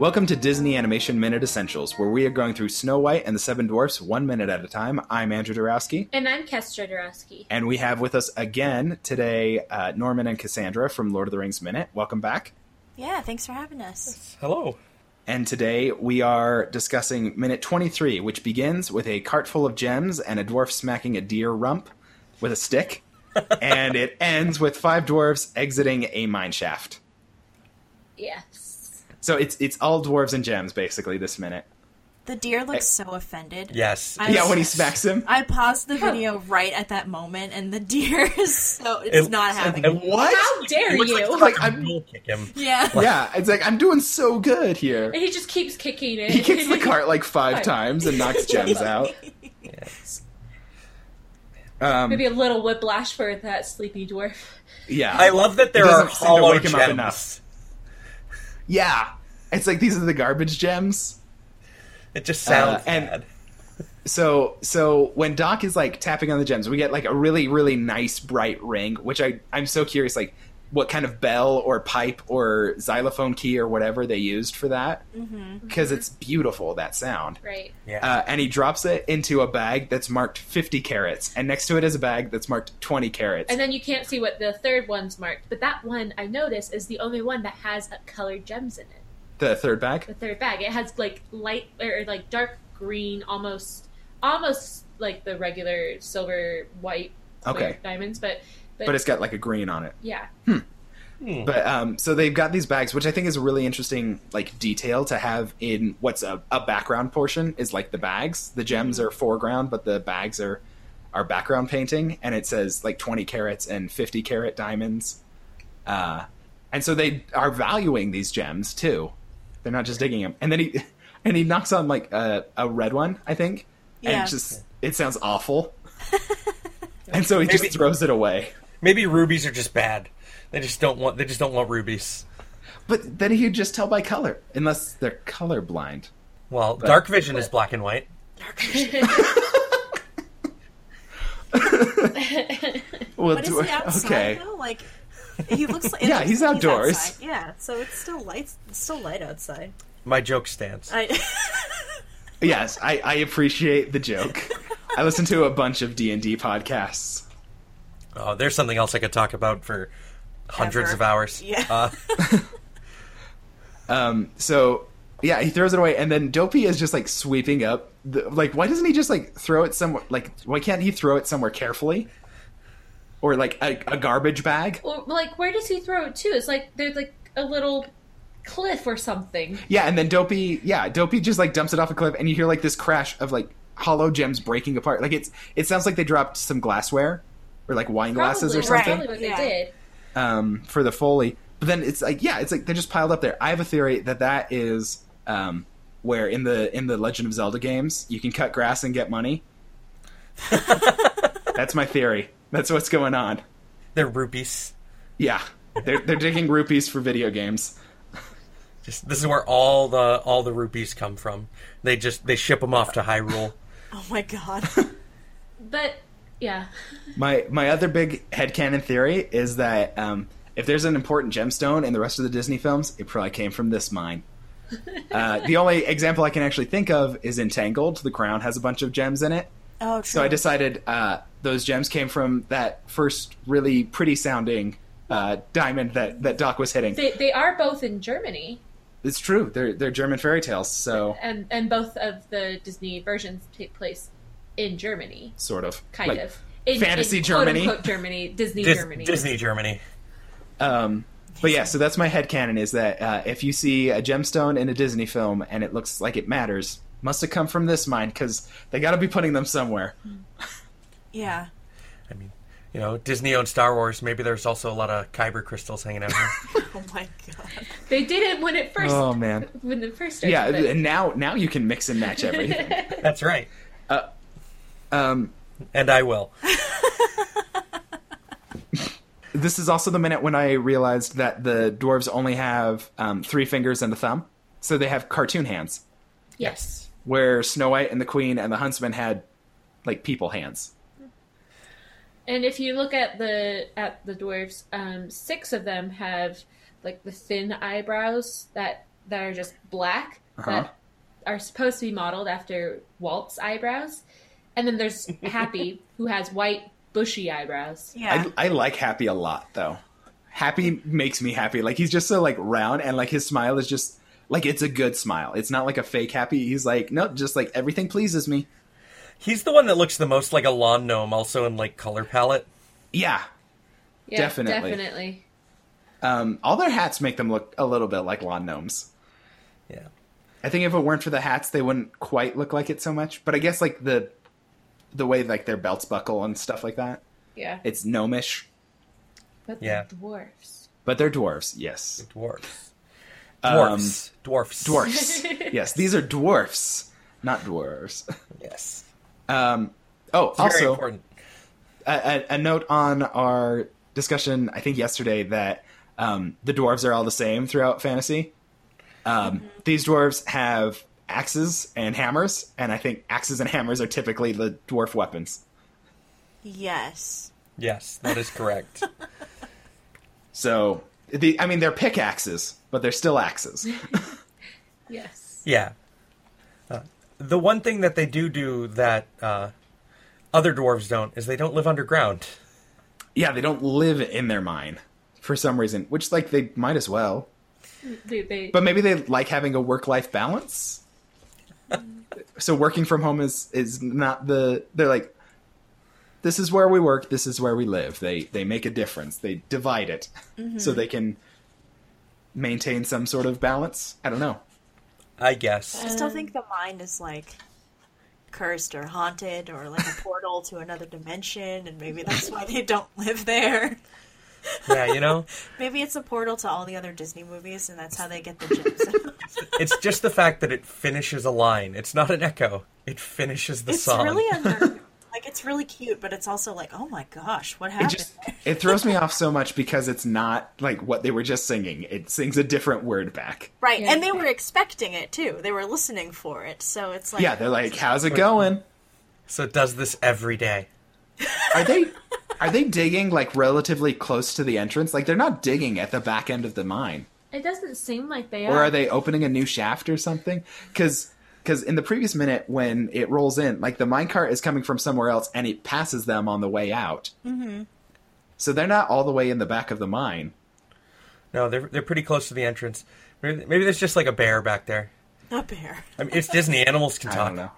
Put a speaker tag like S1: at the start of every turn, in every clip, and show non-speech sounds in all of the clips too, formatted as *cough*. S1: Welcome to Disney Animation Minute Essentials, where we are going through Snow White and the Seven Dwarfs one minute at a time. I'm Andrew Dorowski,
S2: And I'm Kestra Dorowski.
S1: and we have with us again today uh, Norman and Cassandra from Lord of the Rings Minute. Welcome back.
S3: Yeah, thanks for having us.
S4: Hello.
S1: And today we are discussing minute 23, which begins with a cart full of gems and a dwarf smacking a deer rump with a
S3: *laughs*
S1: stick. and it ends with five dwarves exiting a mine shaft.
S2: Yes.
S1: So it's it's all dwarves and gems basically this minute.
S3: The deer looks so offended.
S4: Yes.
S3: I-
S1: Yeah, when he smacks him.
S3: I paused the video right at that moment, and the deer *laughs* is so it's
S4: It-
S3: not happening.
S4: And what?
S2: How dare
S4: It looks
S2: you?
S4: Like,
S1: Like, I'm-
S4: will kick him.
S3: yeah,
S1: Yeah, it's *laughs* like I'm doing so good here.
S2: And he just keeps kicking it.
S1: He kicks
S2: *laughs*
S1: the cart like five times and knocks gems out. Um,
S2: Maybe a little whiplash for that sleepy dwarf.
S1: yeah,
S4: I love that there
S1: It
S4: are
S1: doesn't seem to
S4: hollow
S1: wake him up
S4: gems.
S1: enough. yeah. It's like these are the garbage gems.
S4: It just sounds
S1: Uh, and-
S4: bad.
S1: So so when Doc is like tapping on the gems, we get like a really really nice bright ring, which I I'm so curious like what kind of bell or pipe or xylophone key or whatever they used for that because it's beautiful that sound.
S2: Right.
S4: Yeah.
S1: Uh, and he drops it into a bag that's marked 50 carats, and next to it is a bag that's marked 20 carats.
S2: And then you can't see what the third one's marked, but that one I noticed is the only one that has uh, colored gems in it.
S1: the third bag,
S2: The third bag, it has like light or like dark green, almost, almost like the regular silver white like,
S1: Okay.
S2: diamonds, but but,
S1: but it's got like a green on it. *laughs*
S2: yeah, *laughs*
S4: Hmm.
S1: But um, so they've got these bags, which I think is a really interesting like detail to have in what's a, a background portion is like the bags. The gems are foreground, but the bags are are background painting, and it says like twenty carats and fifty carat diamonds. Uh, and so they are valuing these gems too. They're not just digging them. And then he *laughs* and he knocks on like a, a red one, I think,
S3: Yeah.
S1: and just it sounds awful. and so he just
S4: Maybe-
S1: throws it away.
S4: Maybe rubies are just bad. They just don't want. They just don't want rubies.
S1: But then he'd just tell by color, unless they're colorblind.
S4: Well, dark vision is black and white.
S1: Well,
S3: but is
S1: do-
S3: he outside
S1: *laughs* okay.
S3: though? Like he looks. Like,
S1: *laughs*
S3: it
S1: Yeah,
S3: looks
S1: he's
S3: like
S1: outdoors.
S3: outside. yeah, so it's still light. It's still light outside.
S4: My joke stands.
S3: I *laughs*
S1: Yes, I, I appreciate the joke. I listen to a bunch of D and D podcasts.
S4: oh, there's something else I could talk about for hundreds
S3: Ever.
S4: of hours.
S3: Yeah.
S4: Uh, *laughs*
S1: Um, So yeah, he throws it away, and then Dopey is just like sweeping up. The, like, why doesn't he just like throw it somewhere? Like, why can't he throw it somewhere carefully, or like a, a garbage bag?
S2: Well, like where does he throw it to? It's like there's like a little cliff or something.
S1: Yeah, and then Dopey, yeah, Dopey just like dumps it off a cliff, and you hear like this crash of like hollow gems breaking apart. Like it's it sounds like they dropped some glassware or like wine glasses or
S2: Probably-
S1: something.
S2: Probably what
S3: Yeah.
S2: they did.
S1: um, for the Foley. But then it's like, yeah, it's like they're just piled up there. I have a theory that that is um, where in the in the Legend of Zelda games you can cut grass and get money. That's my theory. That's what's going on.
S4: they're rubies.
S1: Yeah, they're they're digging rupees for video games.
S4: Just this is where all the all the rupees come from. They just they ship them off to Hyrule.
S3: oh
S1: *laughs*
S3: my god.
S2: But yeah,
S1: My my other big headcanon theory is that um, if there's an important gemstone in the rest of the Disney films, it probably came from this
S2: *laughs*
S1: mine. Uh, the only example I can actually think of is Entangled. The crown has a bunch of gems in it.
S3: Oh, true.
S1: So I decided uh, those gems came from that first really pretty sounding uh, diamond that, that Doc was hitting.
S2: they they are both in Germany,
S1: It's true. They're they're German fairy tales, so
S2: and and both of the Disney versions take place in Germany,
S1: sort of
S2: kind
S1: Like,
S2: of. In,
S1: fantasy
S2: in
S1: Germany?
S2: quote unquote Germany, Disney
S4: Dis-
S2: Germany.
S4: Disney Germany.
S1: Um, but yeah, so that's my headcanon is that uh, if you see a gemstone in a Disney film and it looks like it matters, must have come from this mine because they got to be putting them somewhere.
S3: yeah.
S4: I mean, you know, Disney owned Star Wars. Maybe there's also a lot of kyber crystals hanging out here.
S3: Oh my god.
S2: They did it when it first
S1: Oh man,
S2: when the first started.
S1: yeah.
S2: but-
S1: And now now you can mix and match everything.
S4: That's right.
S1: Uh, Um,
S4: And I will.
S1: This is also the minute when I realized that the dwarves only have um, three fingers and a thumb, so they have cartoon hands.
S2: yes.
S1: Where Snow White and the Queen and the Huntsman had like people hands.
S2: And if you look at the at the dwarves, um, six of them have like the thin eyebrows that that are just black
S1: Uh-huh.
S2: that are supposed to be modeled after Walt's eyebrows, and then there's
S1: *laughs*
S2: Happy who has white bushy eyebrows.
S3: Yeah.
S1: I, I like Happy a lot though. Happy makes me happy. Like he's just so like round and like his smile is just like it's a good smile. It's not like a fake happy. He's like no, just like everything pleases me.
S4: He's the one that looks the most like a lawn gnome, also in like color palette.
S1: Yeah.
S2: Yeah,
S1: Definitely.
S2: definitely.
S1: Um, all their hats make them look a little bit like lawn gnomes.
S4: Yeah.
S1: I think if it weren't for the hats, they wouldn't quite look like it so much. But I guess like the the way like their belts buckle and stuff like that,
S2: Yeah,
S1: it's gnomish.
S2: but
S4: Yeah.
S2: the dwarfs.
S1: But they're dwarves. Yes,
S4: Dwarfs. Dwarfs. dwarfs.
S1: Um, dwarfs. yes, these are dwarfs, not dwarves.
S4: Yes.
S1: Um, oh,
S4: Very
S1: also
S4: important.
S1: a, a, a note on our discussion, I think yesterday, that um, the dwarves are all the same throughout fantasy. Um, These dwarves have axes and hammers, and I think axes and hammers are typically the dwarf weapons.
S3: yes.
S4: Yes, that is correct. *laughs*
S1: So, the, I mean, they're pickaxes, but they're still axes.
S2: Yes.
S4: yeah. Uh, the one thing that they do do that uh, other dwarves don't is they don't live underground.
S1: yeah, they don't live in their mine for some reason, which, like, they might as well.
S2: Dude, they,
S1: But maybe they like having a work life balance. so working from home is is not the they're like this is where we work, this is where we live. They they make a difference. They divide it so they can maintain some sort of balance. I don't know.
S4: I guess.
S3: I still think the mind is like cursed or haunted or like a portal to another dimension, and maybe that's why they don't live there.
S4: yeah, you know,
S3: Maybe it's a portal to all the other Disney movies, and that's how they
S1: *laughs*
S3: get the gems.
S4: it's just the fact that it finishes a line. It's not an echo. It finishes
S3: *laughs*
S4: the
S3: it's
S1: *laughs*
S4: song.
S3: really under. Like it's really cute, but it's also like, oh my gosh, what
S1: It
S3: happened? *laughs*
S1: just it throws me off so much because it's not like what they were just singing. It sings a different word back.
S3: right,
S2: Yeah.
S3: and they were expecting it too. They were listening for it, so it's like,
S1: Yeah, they're like, "How's it going?"
S4: so it does this every day.
S1: Are they are they digging like relatively close to the entrance? Like they're not digging at the back end of the mine.
S2: it doesn't seem like they
S1: or are they opening a new shaft or something because in the previous minute when it rolls in like the minecart is coming from somewhere else and it passes them on the way out mm-hmm. so they're not all the way in the back of the mine
S4: No, they're they're pretty close to the entrance. Maybe, maybe there's just like a bear back there.
S3: a bear.
S4: I mean, it's Disney. Animals can
S1: i
S4: talk.
S1: don't know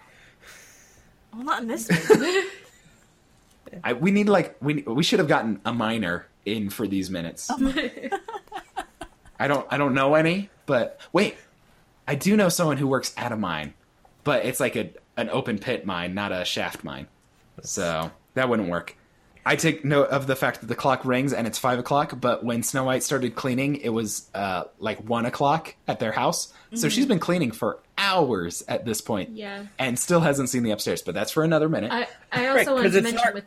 S3: Well, not in this movie.
S1: I, we need like we we should have gotten a miner in for these
S2: Oh
S1: minutes *laughs* i don't i don't know any but wait i do know someone who works at a mine but it's like a an open pit mine not a shaft mine so that wouldn't work i take note of the fact that the clock rings and it's five o'clock but when snow white started cleaning it was uh like one o'clock at their house so she's been cleaning for hours at this point
S2: Mm-hmm. Yeah.
S1: and still hasn't seen the upstairs but that's for another minute
S2: I, I
S4: Right,
S2: also
S4: 'cause
S2: wanted to
S4: it's
S2: mention
S4: not-
S2: with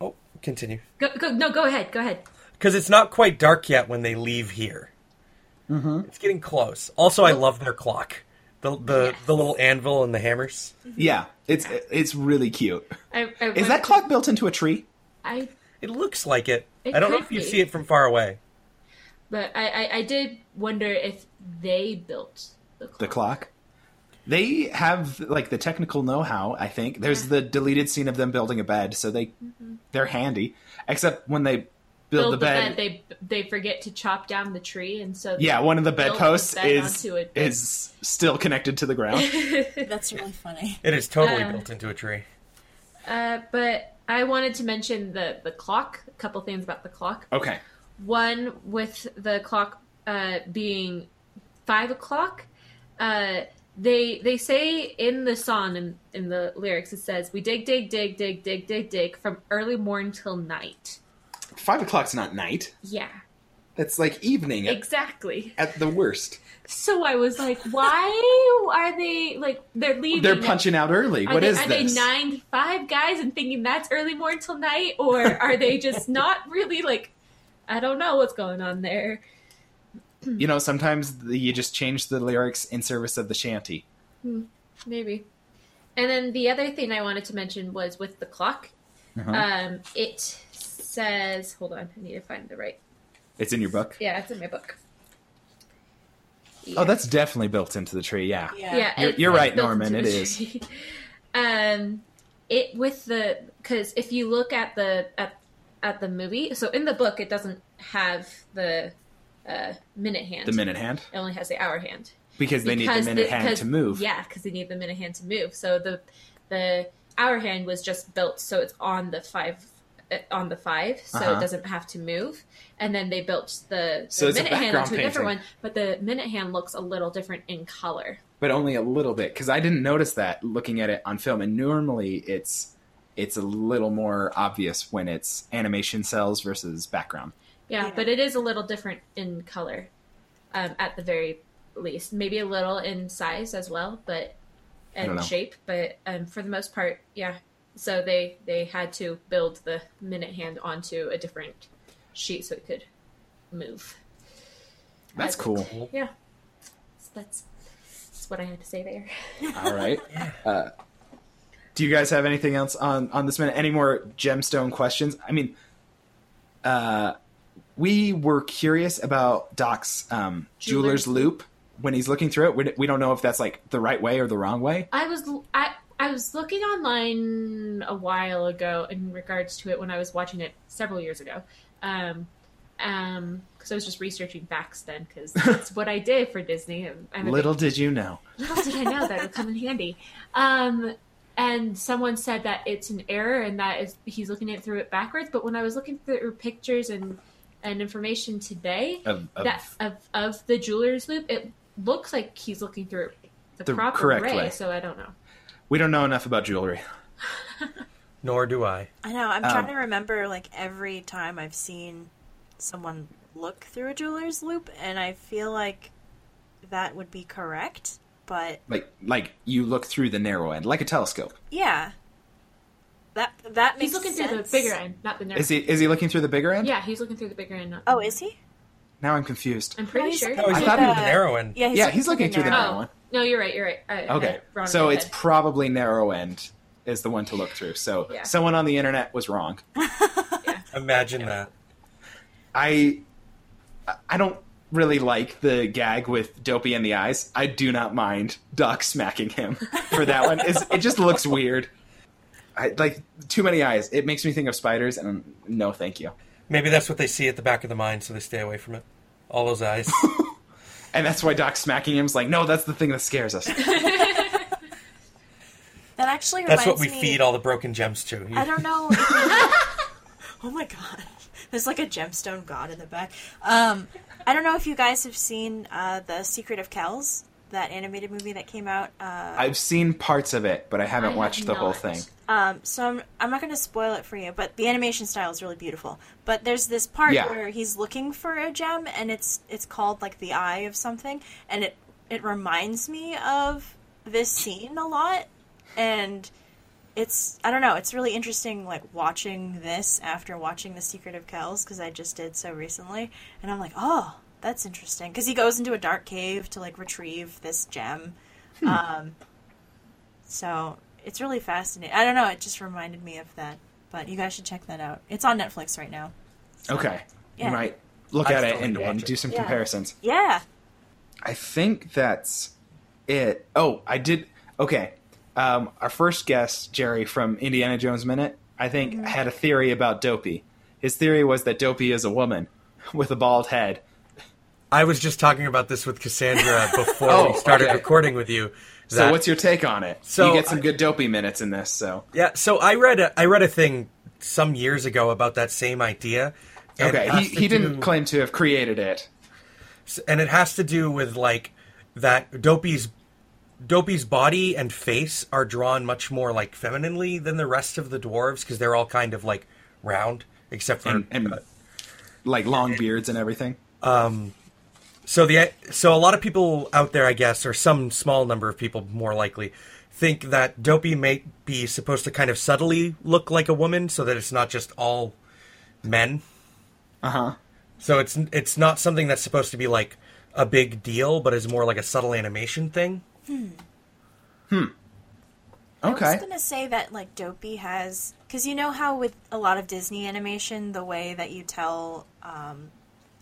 S4: Oh, continue.
S2: go, go, no go ahead go ahead
S4: Because it's not quite dark yet when they leave here. Mm-hmm. It's getting close. Also, I love their clock. The the, the little anvil and the hammers.
S1: yeah it's it's really cute
S2: I, I
S1: Is that clock built into a tree?
S2: I
S4: It looks like it.
S2: It
S4: I don't know
S2: could
S4: if you
S2: be.
S4: see it from far away.
S2: but I, I I did wonder if they built the clock.
S1: The clock. They have like the technical know-how. I think there's the deleted scene of them building a bed, so they
S2: Mm-hmm.
S1: they're handy. Except when they build,
S2: Built
S1: the bed,
S2: They they forget to chop down the tree, and so
S1: yeah, one of the
S2: built the
S1: bedposts
S2: bed
S1: is
S2: onto a bed.
S1: is still connected to the ground.
S2: *laughs*
S3: that's really funny.
S4: It is totally
S2: Uh.
S4: built into a tree.
S2: Uh, but I wanted to mention the the clock. A couple things about the clock.
S1: okay,
S2: One with the clock uh, being five o'clock. Uh, they they say in the song in, in the lyrics it says we dig dig dig dig dig dig dig from early morn till night.
S1: five o'clock's not night.
S2: Yeah,
S1: That's like evening at,
S2: exactly. *laughs*
S1: at the worst.
S2: So I was like, why are they like they're leaving?
S1: They're punching out early.
S2: Are
S1: What
S2: they,
S1: is
S2: are
S1: this?
S2: they nine to five guys and thinking that's early morning till night, or are they
S1: *laughs*
S2: just not really like? I don't know what's going on there.
S1: you know, sometimes the, you just change the lyrics in service of the shanty.
S2: Maybe. And then the other thing I wanted to mention was with the clock.
S1: Uh-huh.
S2: Um, it says, hold on, I need to find the right.
S1: It's in your book.
S2: Yeah, it's in my book.
S1: Oh, that's definitely built into the tree. Yeah.
S3: yeah.
S2: yeah.
S1: You're-
S2: it's-
S1: you're
S2: it's
S1: right,
S2: built
S1: Norman,
S2: into
S1: it
S2: the
S1: is.
S2: tree. *laughs* um, it with the because if you look at the at at the movie, so in the book it doesn't have the uh, minute hand.
S1: The minute hand.
S2: It only has the hour hand.
S1: Because they need the minute hand
S2: because-
S1: to move.
S2: Yeah, because they need the minute hand to move. So the the hour hand was just built so it's on the five uh, on the five, so
S1: Uh-huh.
S2: it doesn't have to move. And then they built the, the
S1: So it's a
S2: minute hand
S1: background
S2: into a different
S1: painting.
S2: one, but the minute hand looks a little different in color.
S1: But only a little bit. Because I didn't notice that looking at it on film. And normally it's it's a little more obvious when it's animation cells versus background.
S2: Yeah,
S3: Yeah.
S2: but it is a little different in color, um, at the very least. Maybe a little in size as well, but
S1: don't know.
S2: and shape. But um, for the most part, yeah. So they they had to build the minute hand onto a different sheet so it could move.
S1: That's
S2: As-
S1: cool.
S2: Yeah, So that's that's what I had to say there.
S1: All
S2: *laughs*
S1: right. Uh, do you guys have anything else on on this minute? Any more gemstone questions? I mean, uh, we were curious about Doc's um, jeweler's
S2: Jeweler's
S1: loop when he's looking through it. We, we don't know if that's like the right way or the wrong way.
S2: I was I I was looking online a while ago in regards to it when I was watching it several years ago. Um um because I was just researching facts then
S1: *laughs*
S2: because that's what I did for Disney. I'm, I'm a big-
S1: Little did you know.
S2: little did I know that would come in handy. Um and someone said that it's an error and that is he's looking at through it backwards. But when I was looking through pictures and and information today,
S1: Of, of,
S2: that of of the jeweler's loop, it looks like he's looking through it the,
S1: The
S2: proper
S1: correct
S2: way,
S1: way.
S2: So I don't know.
S1: we don't know enough about jewelry.
S4: Nor do I.
S3: I know. I'm
S1: Um,
S3: trying to remember like every time I've seen someone look through a jeweler's loop, and I feel like that would be correct. But
S1: Like like you look through the narrow end, like a telescope.
S3: yeah, that that makes
S2: He's looking
S3: sense.
S2: through the bigger end, not the narrow.
S1: Is he is he looking through the bigger end?
S2: Yeah, he's looking through the bigger end. Not
S3: Oh, is he?
S1: Now I'm confused.
S2: I'm pretty
S3: No, he's
S2: sure.
S4: No, he's
S1: I
S4: looking
S1: thought
S4: through
S1: he
S4: the
S3: was-
S4: narrow end.
S3: Yeah, he's
S1: yeah, he's looking through
S3: looking
S1: the narrow
S2: oh
S1: one.
S2: no, you're right. You're right. I, I had
S1: Okay,
S2: it wrong in
S1: so
S2: my
S1: it's
S2: head.
S1: probably narrow end is the one to look through. So
S2: Yeah.
S1: someone on the internet was wrong.
S4: Imagine that.
S1: I I don't really like the gag with Dopey in the eyes. I do not mind Doc smacking him for that one. It's, it just looks weird. I, like too many eyes. It makes me think of spiders, and no, thank you.
S4: Maybe that's what they see at the back of the mind, so they stay away from it. All
S3: *laughs*
S4: those eyes.
S1: And that's why Doc smacking him is like, no, that's the thing that scares us.
S3: That actually reminds
S4: That's what we
S3: me.
S4: feed all the broken gems to.
S3: I don't know.
S4: *laughs*
S3: if you- oh my god, there's like a gemstone god in the back. Um, I don't know if you guys have seen uh, the Secret of Kells, that animated movie that came out. Uh,
S1: I've seen parts of it, but I haven't
S2: I
S1: watched
S2: have
S1: the whole
S2: not.
S1: thing.
S3: um, so I'm I'm not going to spoil it for you, but the animation style is really beautiful. But there's this part
S1: Yeah.
S3: where he's looking for a gem, and it's it's called like the Eye of something, and it it reminds me of this scene a lot, and it's I don't know, it's really interesting like watching this after watching The Secret of Kells because I just did so recently, and I'm like, oh, that's interesting because he goes into a dark cave to like retrieve this gem, um, so it's really fascinating. I don't know, it just reminded me of that, but you guys should check that out. It's on Netflix right now.
S1: Okay,
S3: Yeah.
S1: you might look
S4: I'd
S1: at it
S4: still
S1: and,
S4: watch
S1: and
S4: it.
S1: do some
S3: Yeah.
S1: comparisons.
S3: Yeah,
S1: I think that's it. Oh, I did. Okay. Um, our first guest, Jerry from Indiana Jones Minute, I think
S3: Mm-hmm.
S1: had a theory about Dopey. His theory was that Dopey is a woman *laughs* with a bald head.
S4: I was just talking about this with
S3: *laughs*
S4: Cassandra before
S1: Oh,
S4: we started
S1: okay.
S4: recording with you.
S1: so,
S4: that-
S1: what's your take on it?
S4: So
S1: you get some
S4: I-
S1: good Dopey minutes in this. So,
S4: Yeah, so I read a I read a thing some years ago about that same idea. and it
S1: okay, he,
S4: has
S1: he
S4: to
S1: didn't
S4: do-
S1: claim to have created it.
S4: and it has to do with like that Dopey's Dopey's body and face are drawn much more like femininely than the rest of the dwarves because they're all kind of like round except for
S1: And, and like long beards and everything.
S4: So the so a lot of people out there, I guess, or some small number of people, more likely, think that Dopey may be supposed to kind of subtly look like a woman, so that it's not just all men. Uh huh. So it's it's not something that's supposed to be like a big deal, but is more like a subtle animation thing.
S3: I
S1: Okay.
S3: was gonna say that like Dopey has because you know how with a lot of Disney animation, the way that you tell um,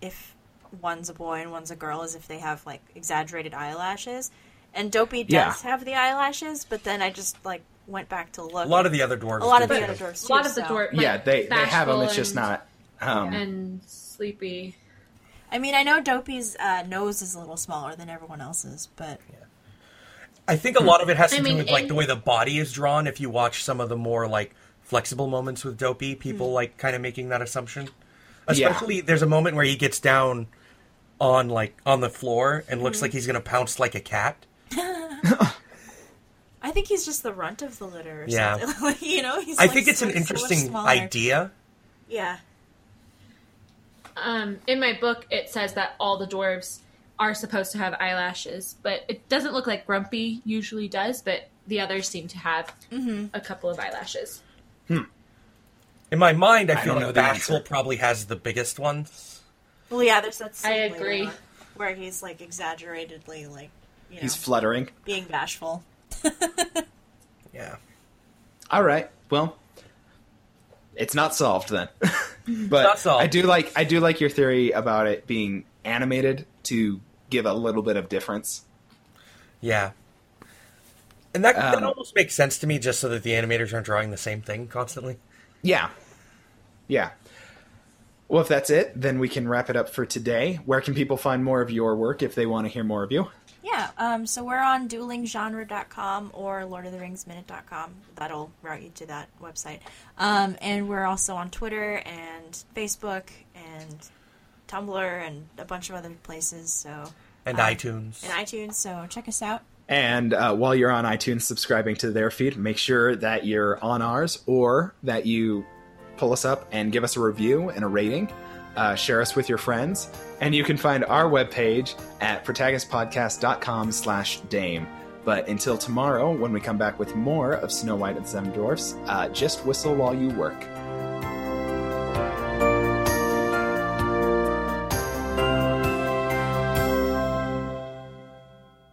S3: if one's a boy and one's a girl is if they have like exaggerated eyelashes. And Dopey does
S1: Yeah.
S3: have the eyelashes, but then I just like went back to look.
S4: A lot of the other dwarves.
S3: a lot of
S4: did
S3: the other
S4: too.
S3: dwarves.
S2: A lot
S3: too,
S2: of the
S3: so-
S2: dwarf,
S1: yeah,
S2: like,
S1: they they have them. It's just
S2: bashful
S1: not. Um,
S2: and- and sleepy.
S3: I mean, I know Dopey's uh, nose is a little smaller than everyone else's, but
S4: I think a lot of it has to
S2: I
S4: do
S2: mean,
S4: with like
S2: and-
S4: the way the body is drawn. If you watch some of the more like flexible moments with Dopey, people like kind of making that assumption. Especially there's a moment where he gets down on like on the floor and looks like he's gonna pounce like a cat.
S3: I think he's just the runt of the litter. Or
S4: Yeah.
S3: something. *laughs* Like, you know, he's.
S4: I
S3: like,
S4: think it's
S3: so-
S4: an
S3: so much
S4: interesting
S3: smaller.
S4: idea.
S3: Yeah,
S2: Um, in my book, it says that all the dwarves are supposed to have eyelashes, but it doesn't look like Grumpy usually does. But the others seem to have
S3: Mm-hmm.
S2: a couple of eyelashes.
S4: In my mind, I
S1: I
S4: feel
S1: don't
S4: like
S1: know the
S4: Bashful
S1: answer.
S4: probably has the biggest ones.
S3: well, yeah. There's that. scene
S2: I
S3: later
S2: agree.
S3: on Where he's like exaggeratedly like, you know,
S1: He's fluttering.
S3: being bashful.
S4: Yeah.
S1: All right. Well, it's not solved
S4: *laughs*
S1: then. but
S4: not solved.
S1: I do like I do like your theory about it being animated to give a little bit of difference.
S4: Yeah. And that, that
S1: Um,
S4: almost makes sense to me just so that the animators aren't drawing the same thing constantly.
S1: Yeah. Yeah. Well, if that's it, then we can wrap it up for today. Where can people find more of your work if they want to hear more of you?
S3: Yeah, um, so we're on duelinggenre.com or lordoftheringsminute.com. That'll route you to that website. Um, and we're also on Twitter and Facebook and Tumblr and a bunch of other places. So
S4: And
S3: Uh,
S4: iTunes.
S3: and iTunes. So check us out.
S1: And uh, while you're on iTunes subscribing to their feed, make sure that you're on ours or that you pull us up and give us a review and a rating. Uh, share us with your friends. And you can find our webpage at protagonistpodcast.com slash dame. But until tomorrow, when we come back with more of Snow White and the Seven Dwarfs, uh, just whistle while you work.